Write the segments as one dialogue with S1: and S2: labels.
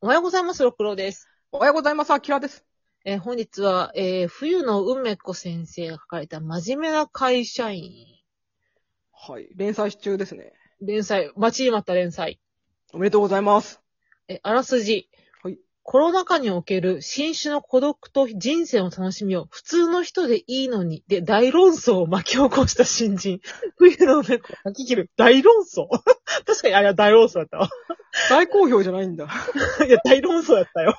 S1: おはようございます、ろくろです。
S2: おはようございます、アキラです。
S1: えー本日は、えー冬の梅子先生が書かれた真面目な会社員。
S2: はい。連載中ですね。
S1: 連載、待ちに待った連載。
S2: おめでとうございます。
S1: え、あらすじ。
S2: はい。
S1: コロナ禍における新種の孤独と人生の楽しみを普通の人でいいのに、で大論争を巻き起こした新人。 冬の梅子、巻き切る大論争 確かにあれは大論争だったわ。
S2: 大好評じゃないんだ。
S1: いや、大論争だったよ。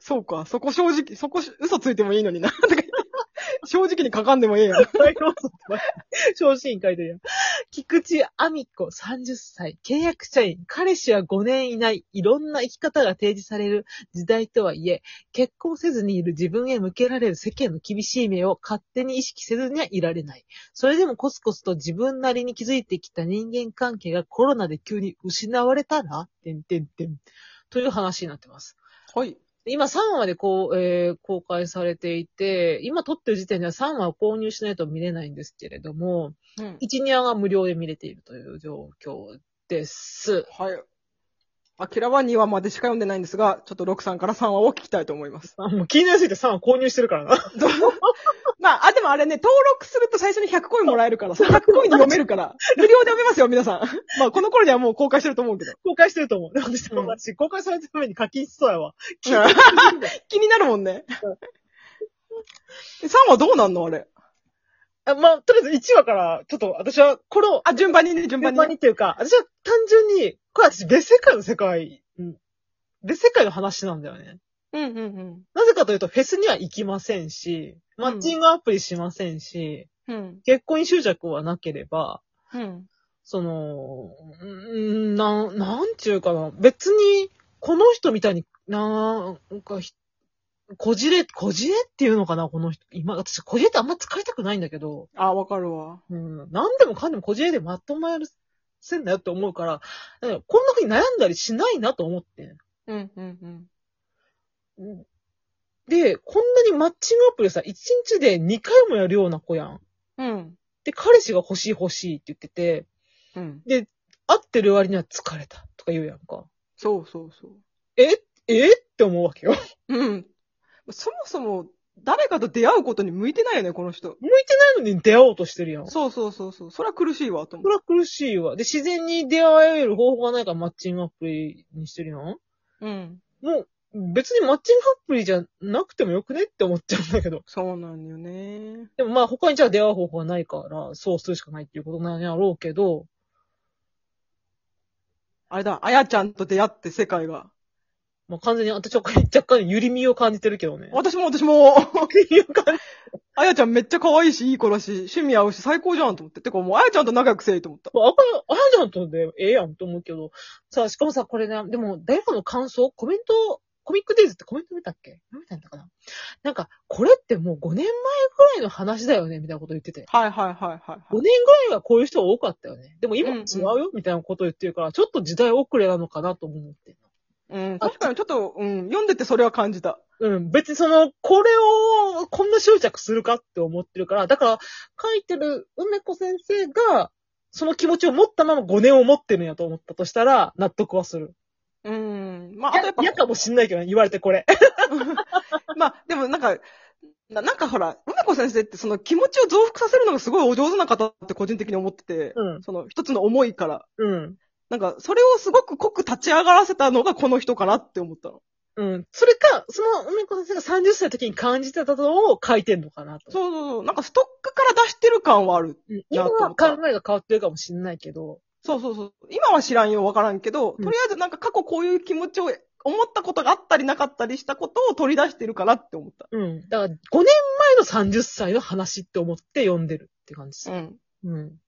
S2: そうか、そこ正直、そこし嘘ついてもいいのにな。 正直に書かんでもええやん。
S1: 大論争って待って、昇進書いてるやん。菊池亜美子30歳、契約社員、彼氏は5年いない、いろんな生き方が提示される時代とはいえ、結婚せずにいる自分へ向けられる世間の厳しい目を勝手に意識せずにはいられない。それでもコツコツと自分なりに築いてきた人間関係がコロナで急に失われたら、てんてんてん。という話になってます。
S2: はい。
S1: 今3話でこう、えー公開されていて、今撮ってる時点では3話を購入しないと見れないんですけれども、
S2: うん、
S1: 1、2話が無料で見れているという状況です。
S2: はい。アキラは2話までしか読んでないんですが、ちょっと6さんから3話を聞きたいと思います。
S1: あ、もう気になりすぎて3話購入してるからな。
S2: まあ、あ、でもあれね、登録すると最初に100コインもらえるから、その100コインで読めるから、無料で読めますよ、皆さん。まあ、この頃にはもう公開してると思うけど。
S1: 公開してると思う。で私も私、公開されるために課金しそうやわ。
S2: 気になるもんね。3話どうなんのあれ。
S1: あまあ、とりあえず1話から、ちょっと私は、この、
S2: あ、順番にね、順番
S1: 順
S2: に。
S1: 番にっていうか、私は単純に、これ私別世界の世界、うん別世界の話なんだよね。
S2: うんうん
S1: なぜかというと、フェスには行きませんし、マッチングアプリしませんし、
S2: うん。うん。
S1: 結婚に執着はなければ、
S2: うん。
S1: その、んなん、なんちゅうかな。別に、この人みたいになんかひ、こじれ、こじれっていうのかな、この人。今、私、こじれってあんま使いたくないんだけど、
S2: あ、わかるわ。
S1: うん、なんでもかんでもこじれでまとまるせんなよって思うから、だからこんな風に悩んだりしないなと思って。
S2: うん、うん、うん。
S1: で、こんなにマッチングアプリをさ、1日で2回もやるような子やん。
S2: うん。
S1: で、彼氏が欲しい欲しいって言ってて、
S2: うん。
S1: 会ってる割には疲れたとか言うやんか。
S2: そうそうそう。
S1: ええって思うわけよ。
S2: うん。そもそも、誰かと出会うことに向いてないよね、この人。
S1: 向いてないのに出会おうとしてるやん。そ
S2: そうそうそうそう。それは苦しいわ、と思
S1: れは苦しいわ。で、自然に出会える方法がないからマッチングアプリにしてるやん。
S2: う。うん。
S1: もう、別にマッチングアプリじゃなくてもよくねって思っちゃうんだけど。
S2: そうなんよね。
S1: でもまあ他にじゃあ出会う方法がないから、そうするしかないっていうことなんやろうけど、
S2: あれだ、あやちゃんと出会って世界が。
S1: まあ完全に私はこれ若干揺り身を感じてるけどね。
S2: 私も私も、
S1: 揺り身を感じ
S2: あやちゃんめっちゃ可愛いし、いい子だし、趣味合うし、最高じゃん、と思って。てか、もうあやちゃんと仲良くせえ、と思った。
S1: まあ、あかん、あやちゃんとでええやんと思うけど。さあ、しかもさ、これね、でも、誰かの感想コメント、コミックデイズってコメント見たっけ見たんだかななんか、これってもう5年前ぐらいの話だよねみたいなこと言ってて。
S2: はいはいはいはい
S1: 5
S2: はい。
S1: 年ぐらいはこういう人が多かったよね。でも今は違うよみたいなこと言ってるから、ちょっと時代遅れなのかなと思ってる。
S2: うん、確かにちょっと、うん、読んでてそれは感じた。
S1: うん、別にその、これを、こんな執着するかって思ってるから、だから、書いてる梅子先生が、その気持ちを持ったまま5年を持ってるんやと思ったとしたら、納得はする。
S2: うん。まあ、あとやっぱ
S1: 嫌、かもしんないけどね、言われてこれ。
S2: まあ、でもなんか、ななんかほら、梅子先生ってその気持ちを増幅させるのがすごいお上手な方って個人的に思ってて、
S1: うん
S2: その一つの思いから、
S1: うん。
S2: なんかそれをすごく濃く立ち上がらせたのがこの人かなって思ったの。
S1: うん。それか、その梅子先生が30歳の時に感じてたのを書いてんのかなと。
S2: そうそうそう。なんかストックから出してる感はある。
S1: うん今は考えが変わってるかもしんないけど、
S2: そうそうそう。今は知らんよ、わからんけど、
S1: うん
S2: とりあえずなんか過去こういう気持ちを思ったことがあったりなかったりしたことを取り出してるかなって思った。
S1: うん。だから、5年前の30歳の話って思って読んでるって感じです。
S2: ん。
S1: うん。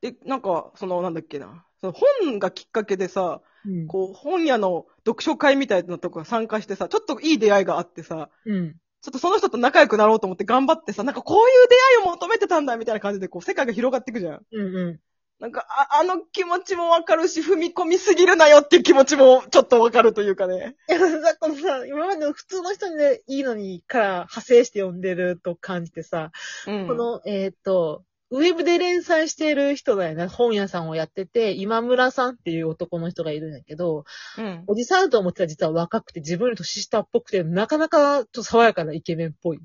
S2: で、なんか、その、なんだっけな。その本がきっかけでさ、
S1: うん。
S2: こう、本屋の読書会みたいなとこ参加してさ、ちょっといい出会いがあってさ、
S1: うん。
S2: ちょっとその人と仲良くなろうと思って頑張ってさ、なんかこういう出会いを求めてたんだみたいな感じで、こう、世界が広がっていくじゃん。
S1: うん。うん。
S2: なんか、あ、あの気持ちもわかるし、踏み込みすぎるなよっていう気持ちもちょっとわかるというかね。
S1: いや、だからさ、今までの普通の人にね、いいのにから派生して読んでると感じてさ、
S2: うん
S1: この、えっ、と、ウェブで連載している人だよね。本屋さんをやってて、今村さんっていう男の人がいるんだけど、
S2: うん。
S1: おじさんだと思ってたら実は若くて、自分より年下っぽくて、なかなかちょっと爽やかなイケメンっぽい。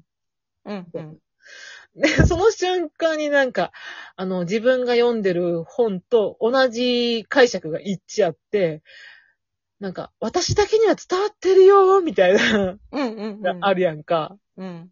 S2: うん。うん。
S1: で、その瞬間になんか、あの、自分が読んでる本と同じ解釈が一致あって、なんか、私だけには伝わってるよーみたいな、
S2: うん。うん。
S1: あるやんか。
S2: うん。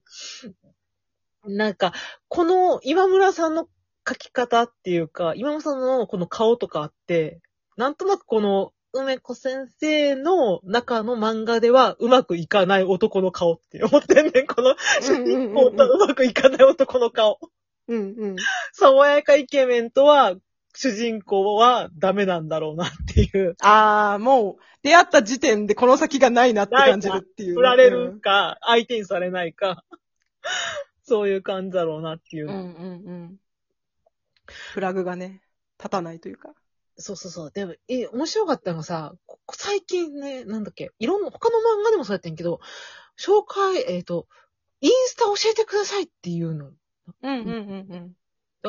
S1: なんか、この今村さんの書き方っていうか、今村さんのこの顔とかあって、なんとなくこの、梅子先生の中の漫画ではうまくいかない男の顔って思ってんねん、この主人公とうまくいかない男の顔。
S2: うん。うん。
S1: 爽やかイケメンとは、主人公はダメなんだろうなっていう。
S2: あー、もう、出会った時点でこの先がないなって感じるっていう。
S1: 振られるか、相手にされないか。そういう感じだろうなっていう
S2: うん。う
S1: の。
S2: ん。うん。うん。フラグがね、立たないというか。
S1: そうそうそう。でも、え、面白かったのがさ、ここ最近ね、なんだっけ、いろんな、他の漫画でもそうやってんけど、紹介、えっ、と、インスタ教えてくださいっていうの。
S2: うん。うん。うん。うん。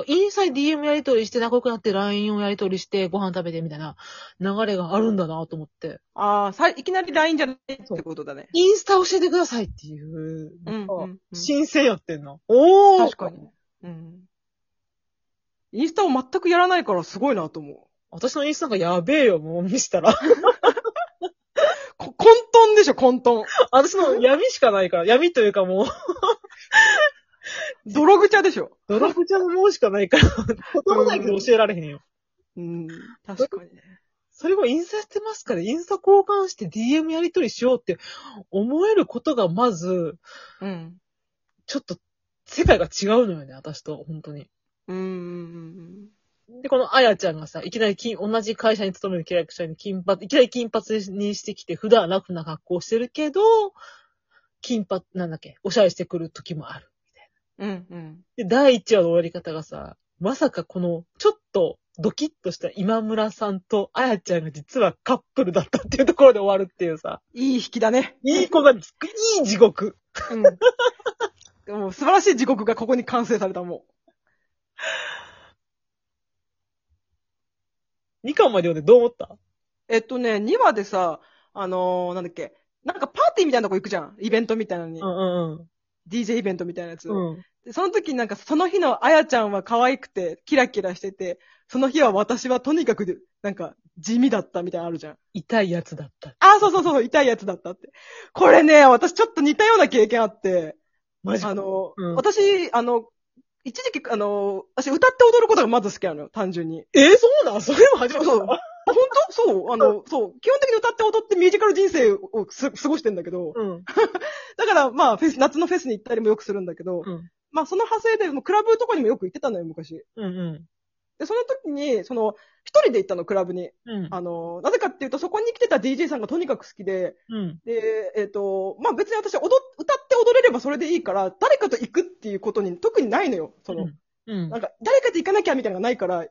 S1: インスタに DM やりとりして仲良くなって LINE をやりとりしてご飯食べてみたいな流れがあるんだなと思って。
S2: あー、さ、いきなり LINE じゃないってことだね。
S1: インスタ教えてくださいっていうの
S2: うん。
S1: と。
S2: うん。
S1: 新鮮やってんの。お
S2: 確かに。。うん。インスタを全くやらないからすごいなと思う。
S1: 私のインスタがやべえよ、もう見したら。
S2: こ、混沌でしょ、混 沌。
S1: 私の闇しかないから、闇というかもう、
S2: 泥ぐちゃでしょ。
S1: 泥ロちゃのもうしかないから、 言葉ないけど教えられへんよ。
S2: うん。確かにね。
S1: それもインスタやってますから、インスタ交換して DM やり取りしようって思えることがまず、
S2: うん。
S1: ちょっと世界が違うのよね、私と、本当に。
S2: うんうんうん
S1: で、このあやちゃんがさ、いきなり金、同じ会社に勤める契約者に金髪、いきなり金髪にしてきて、普段はラフな格好をしてるけど、金髪、なんだっけ、おしゃれしてくる時もある。
S2: うん。うんうん。
S1: で、第1話の終わり方がさ、まさかこの、ちょっと、ドキッとした今村さんとあやちゃんが実はカップルだったっていうところで終わるっていうさ、
S2: いい引きだね。
S1: いい子が、いい地獄。
S2: うん。でも素晴らしい時刻がここに完成されたも
S1: 2巻まで読んでどう思った
S2: う。えっとね、2話でさ、あのー、なんだっけ。なんかパーティーみたいなとこ行くじゃん。イベントみたいなのに。
S1: んうん
S2: DJ イベントみたいなやつ。
S1: うん。うん。
S2: で、その時になんかその日のあやちゃんは可愛くて、キラキラしてて、その日は私はとにかく、なんか、地味だったみたいなのあるじゃん。
S1: 痛いやつだった。
S2: あ、そうそうそうそう、痛いやつだったって。これね、私ちょっと似たような経験あって、
S1: マジ
S2: あの、
S1: うん
S2: 私、あの、一時期、あの、私歌って踊ることがまず好きなのよ、単純に。
S1: えーそうなんそれも初めて
S2: そ
S1: だ。
S2: う本当そう、あの、そう、基本的に歌って踊ってミュージカル人生をす過ごしてんだけど、
S1: うん。
S2: だからまあ、フェス、夏のフェスに行ったりもよくするんだけど、
S1: うん
S2: まあ、その派生で、もうクラブとかにもよく行ってたのよ、昔。
S1: うんうん。
S2: で、その時に、その、一人で行ったの、クラブに。
S1: うん。
S2: あの、なぜかっていうと、そこに来てた DJ さんがとにかく好きで、
S1: うん。
S2: で、えっ、と、まあ、別に私踊っ、歌って踊れればそれでいいから、誰かと行くっていうことに特にないのよ。その、
S1: うん
S2: なんか、誰かと行かなきゃみたいなのがないから、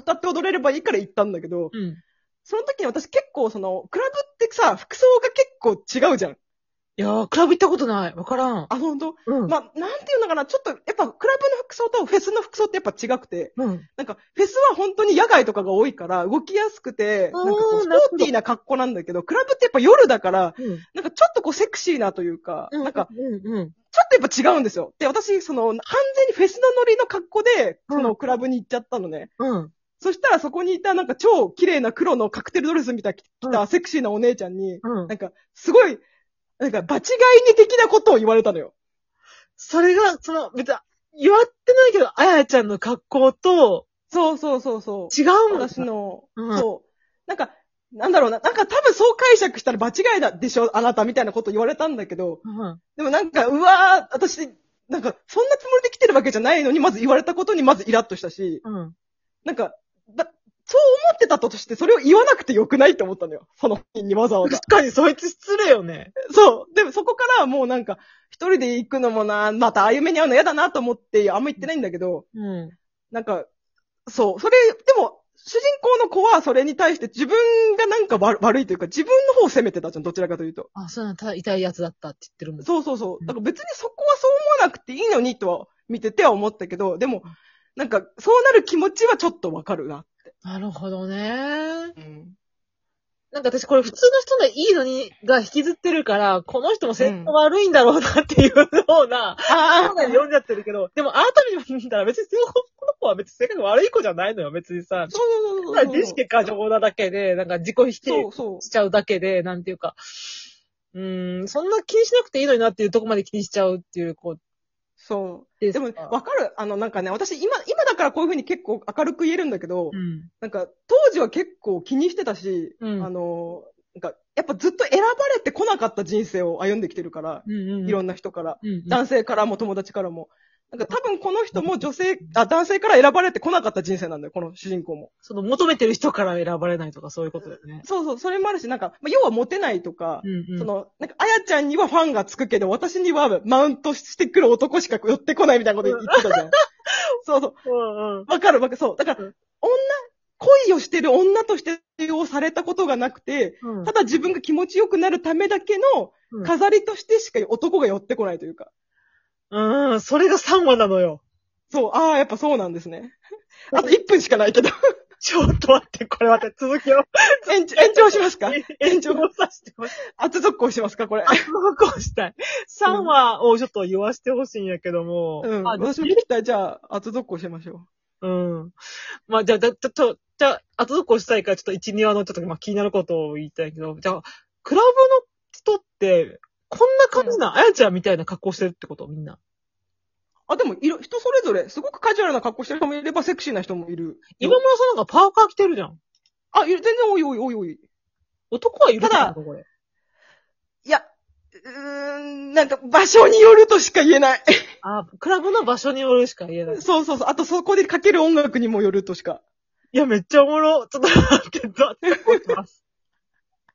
S2: 歌って踊れればいいから行ったんだけど、
S1: うん。
S2: その時に私結構その、クラブってさ、服装が結構違うじゃん。
S1: いやー、クラブ行ったことない。わからん。
S2: あ、ほんと
S1: うん。
S2: まあ、なんていうのかな、ちょっと、やっぱクラブの服装とフェスの服装ってやっぱ違くて、
S1: うん。
S2: なんか、フェスは本当に野外とかが多いから、動きやすくて、
S1: あー
S2: なんかこう、ス
S1: なるほど
S2: ポーティーな格好なんだけど、クラブってやっぱ夜だから、
S1: うん。
S2: なんかちょっとこう、セクシーなというか、なんか、、
S1: うんうん。
S2: ちょっとやっぱ違うんですよ。で、私、その、完全にフェスのノリの格好で、
S1: うん
S2: その、クラブに行っちゃったのね。
S1: うん。
S2: そしたら、そこにいた、なんか超綺麗な黒のカクテルドレスみたいな着
S1: う
S2: た、セクシーなお姉ちゃんに、
S1: うん
S2: なんか、すごい、なんか、場違いに的なことを言われたのよ。
S1: それが、その、別に、言わってないけど、あやちゃんの格好と、
S2: そうそうそうそう。
S1: 違うんだ。
S2: 私の、
S1: うん
S2: そう。なんか、なんだろうな、なんか多分そう解釈したら場違いだでしょ、あなたみたいなこと言われたんだけど、
S1: うん。
S2: でもなんか、うわー、私、なんか、そんなつもりで来てるわけじゃないのに、まず言われたことにまずイラッとしたし、
S1: うん。
S2: なんか、だ、そう思ってたとして、それを言わなくてよくないって思ったのよ。その日にわざわざ
S1: 確。かに、そいつ失礼よね。
S2: そう。でもそこからはもうなんか、一人で行くのもな、またああいう目に遭うの嫌だなと思って、あんま行ってないんだけど、
S1: うん。
S2: なんか、そう、それ、でも、主人公の子はそれに対して自分がなんか悪悪いというか、自分の方を責めてたじゃん、どちらかというと。
S1: あ、そうなんだ、ただ痛いやつだったって言ってるもん。
S2: そうそうそうう。
S1: ん
S2: だから別にそこはそう思わなくていいのにとは見てては思ったけど、でも、なんか、そうなる気持ちはちょっとわかるな。
S1: なるほどね。
S2: うん。
S1: なんか私これ普通の人のいいのに、が引きずってるから、この人も性格悪いんだろうなっていうような、
S2: あ
S1: そんなに読んじゃってるけど、でも改めて見たら別にこの子は別に性格悪い子じゃないのよ、別にさ。
S2: そうそう
S1: ただ
S2: そうそう。
S1: 自意識過剰なだけで、なんか自己否定
S2: そうそう。
S1: しちゃうだけで、なんていうか、うーん、そんな気にしなくていいのになっていうとこまで気にしちゃうっていう子
S2: そう。
S1: で
S2: です
S1: か。
S2: も、わかるあの、なんかね、私、今、今だからこういうふうに結構明るく言えるんだけど、
S1: うん。
S2: なんか、当時は結構気にしてたし、
S1: うん
S2: あの、なんか、やっぱずっと選ばれてこなかった人生を歩んできてるから、
S1: うんうん。
S2: いろんな人から。
S1: うんうん。
S2: 男性からも友達からも。なんか多分この人も女性、あ、男性から選ばれてこなかった人生なんだよ、この主人公も。
S1: その求めてる人から選ばれないとかそういうことだよね。
S2: そうそう、それもあるし、なんか、まあ、要はモテないとか、
S1: うんうん。
S2: その、なんか、あやちゃんにはファンがつくけど、私にはマウントしてくる男しか寄ってこないみたいなこと言ってたじゃん。そうそう。
S1: うんうん。
S2: わかるわかる。そう。だから、
S1: うん
S2: 女、恋をしてる女として利用されたことがなくて、
S1: うん
S2: ただ自分が気持ちよくなるためだけの
S1: うん
S2: 飾りとしてしか男が寄ってこないというか。
S1: うん、それが3話なのよ。
S2: そう、ああ、やっぱそうなんですね。あと1分しかないけど。
S1: ちょっと待って、これ待って、続きを。
S2: 延長延長しますか
S1: 延長させてほしい。
S2: 圧続行しますかこれ。
S1: 続行したい。3話をちょっと言わしてほしいんやけども。
S2: うん。
S1: あ
S2: 私も聞きたい。じゃあ、圧続行しましょ
S1: うん。まあ、じゃあ、じゃあ、ちょ、ちょ、じゃあ、後続をしたいから、ちょっと1、2話のちょっと、まあ、気になることを言いたいけど、じゃあ、クラブの人って、こんな感じな、あやちゃんみたいな格好してるってことみんな。
S2: う。あ、でも、いろ、人それぞれ、すごくカジュアルな格好してる人もいれば、セクシーな人もいる。
S1: 今村さんなんかパーカー着てるじゃん。
S2: あ、いる、全然多い多い多い多い。
S1: 男はいる
S2: ただ
S1: ってことこれ。
S2: いや、うーん、なんか、場所によるとしか言えない。
S1: あ、クラブの場所によるしか言えない。い
S2: そうそうそう。あと、そこでかける音楽にもよるとしか。
S1: や、めっちゃおもろ。ちょっと待って、待って、待ってます。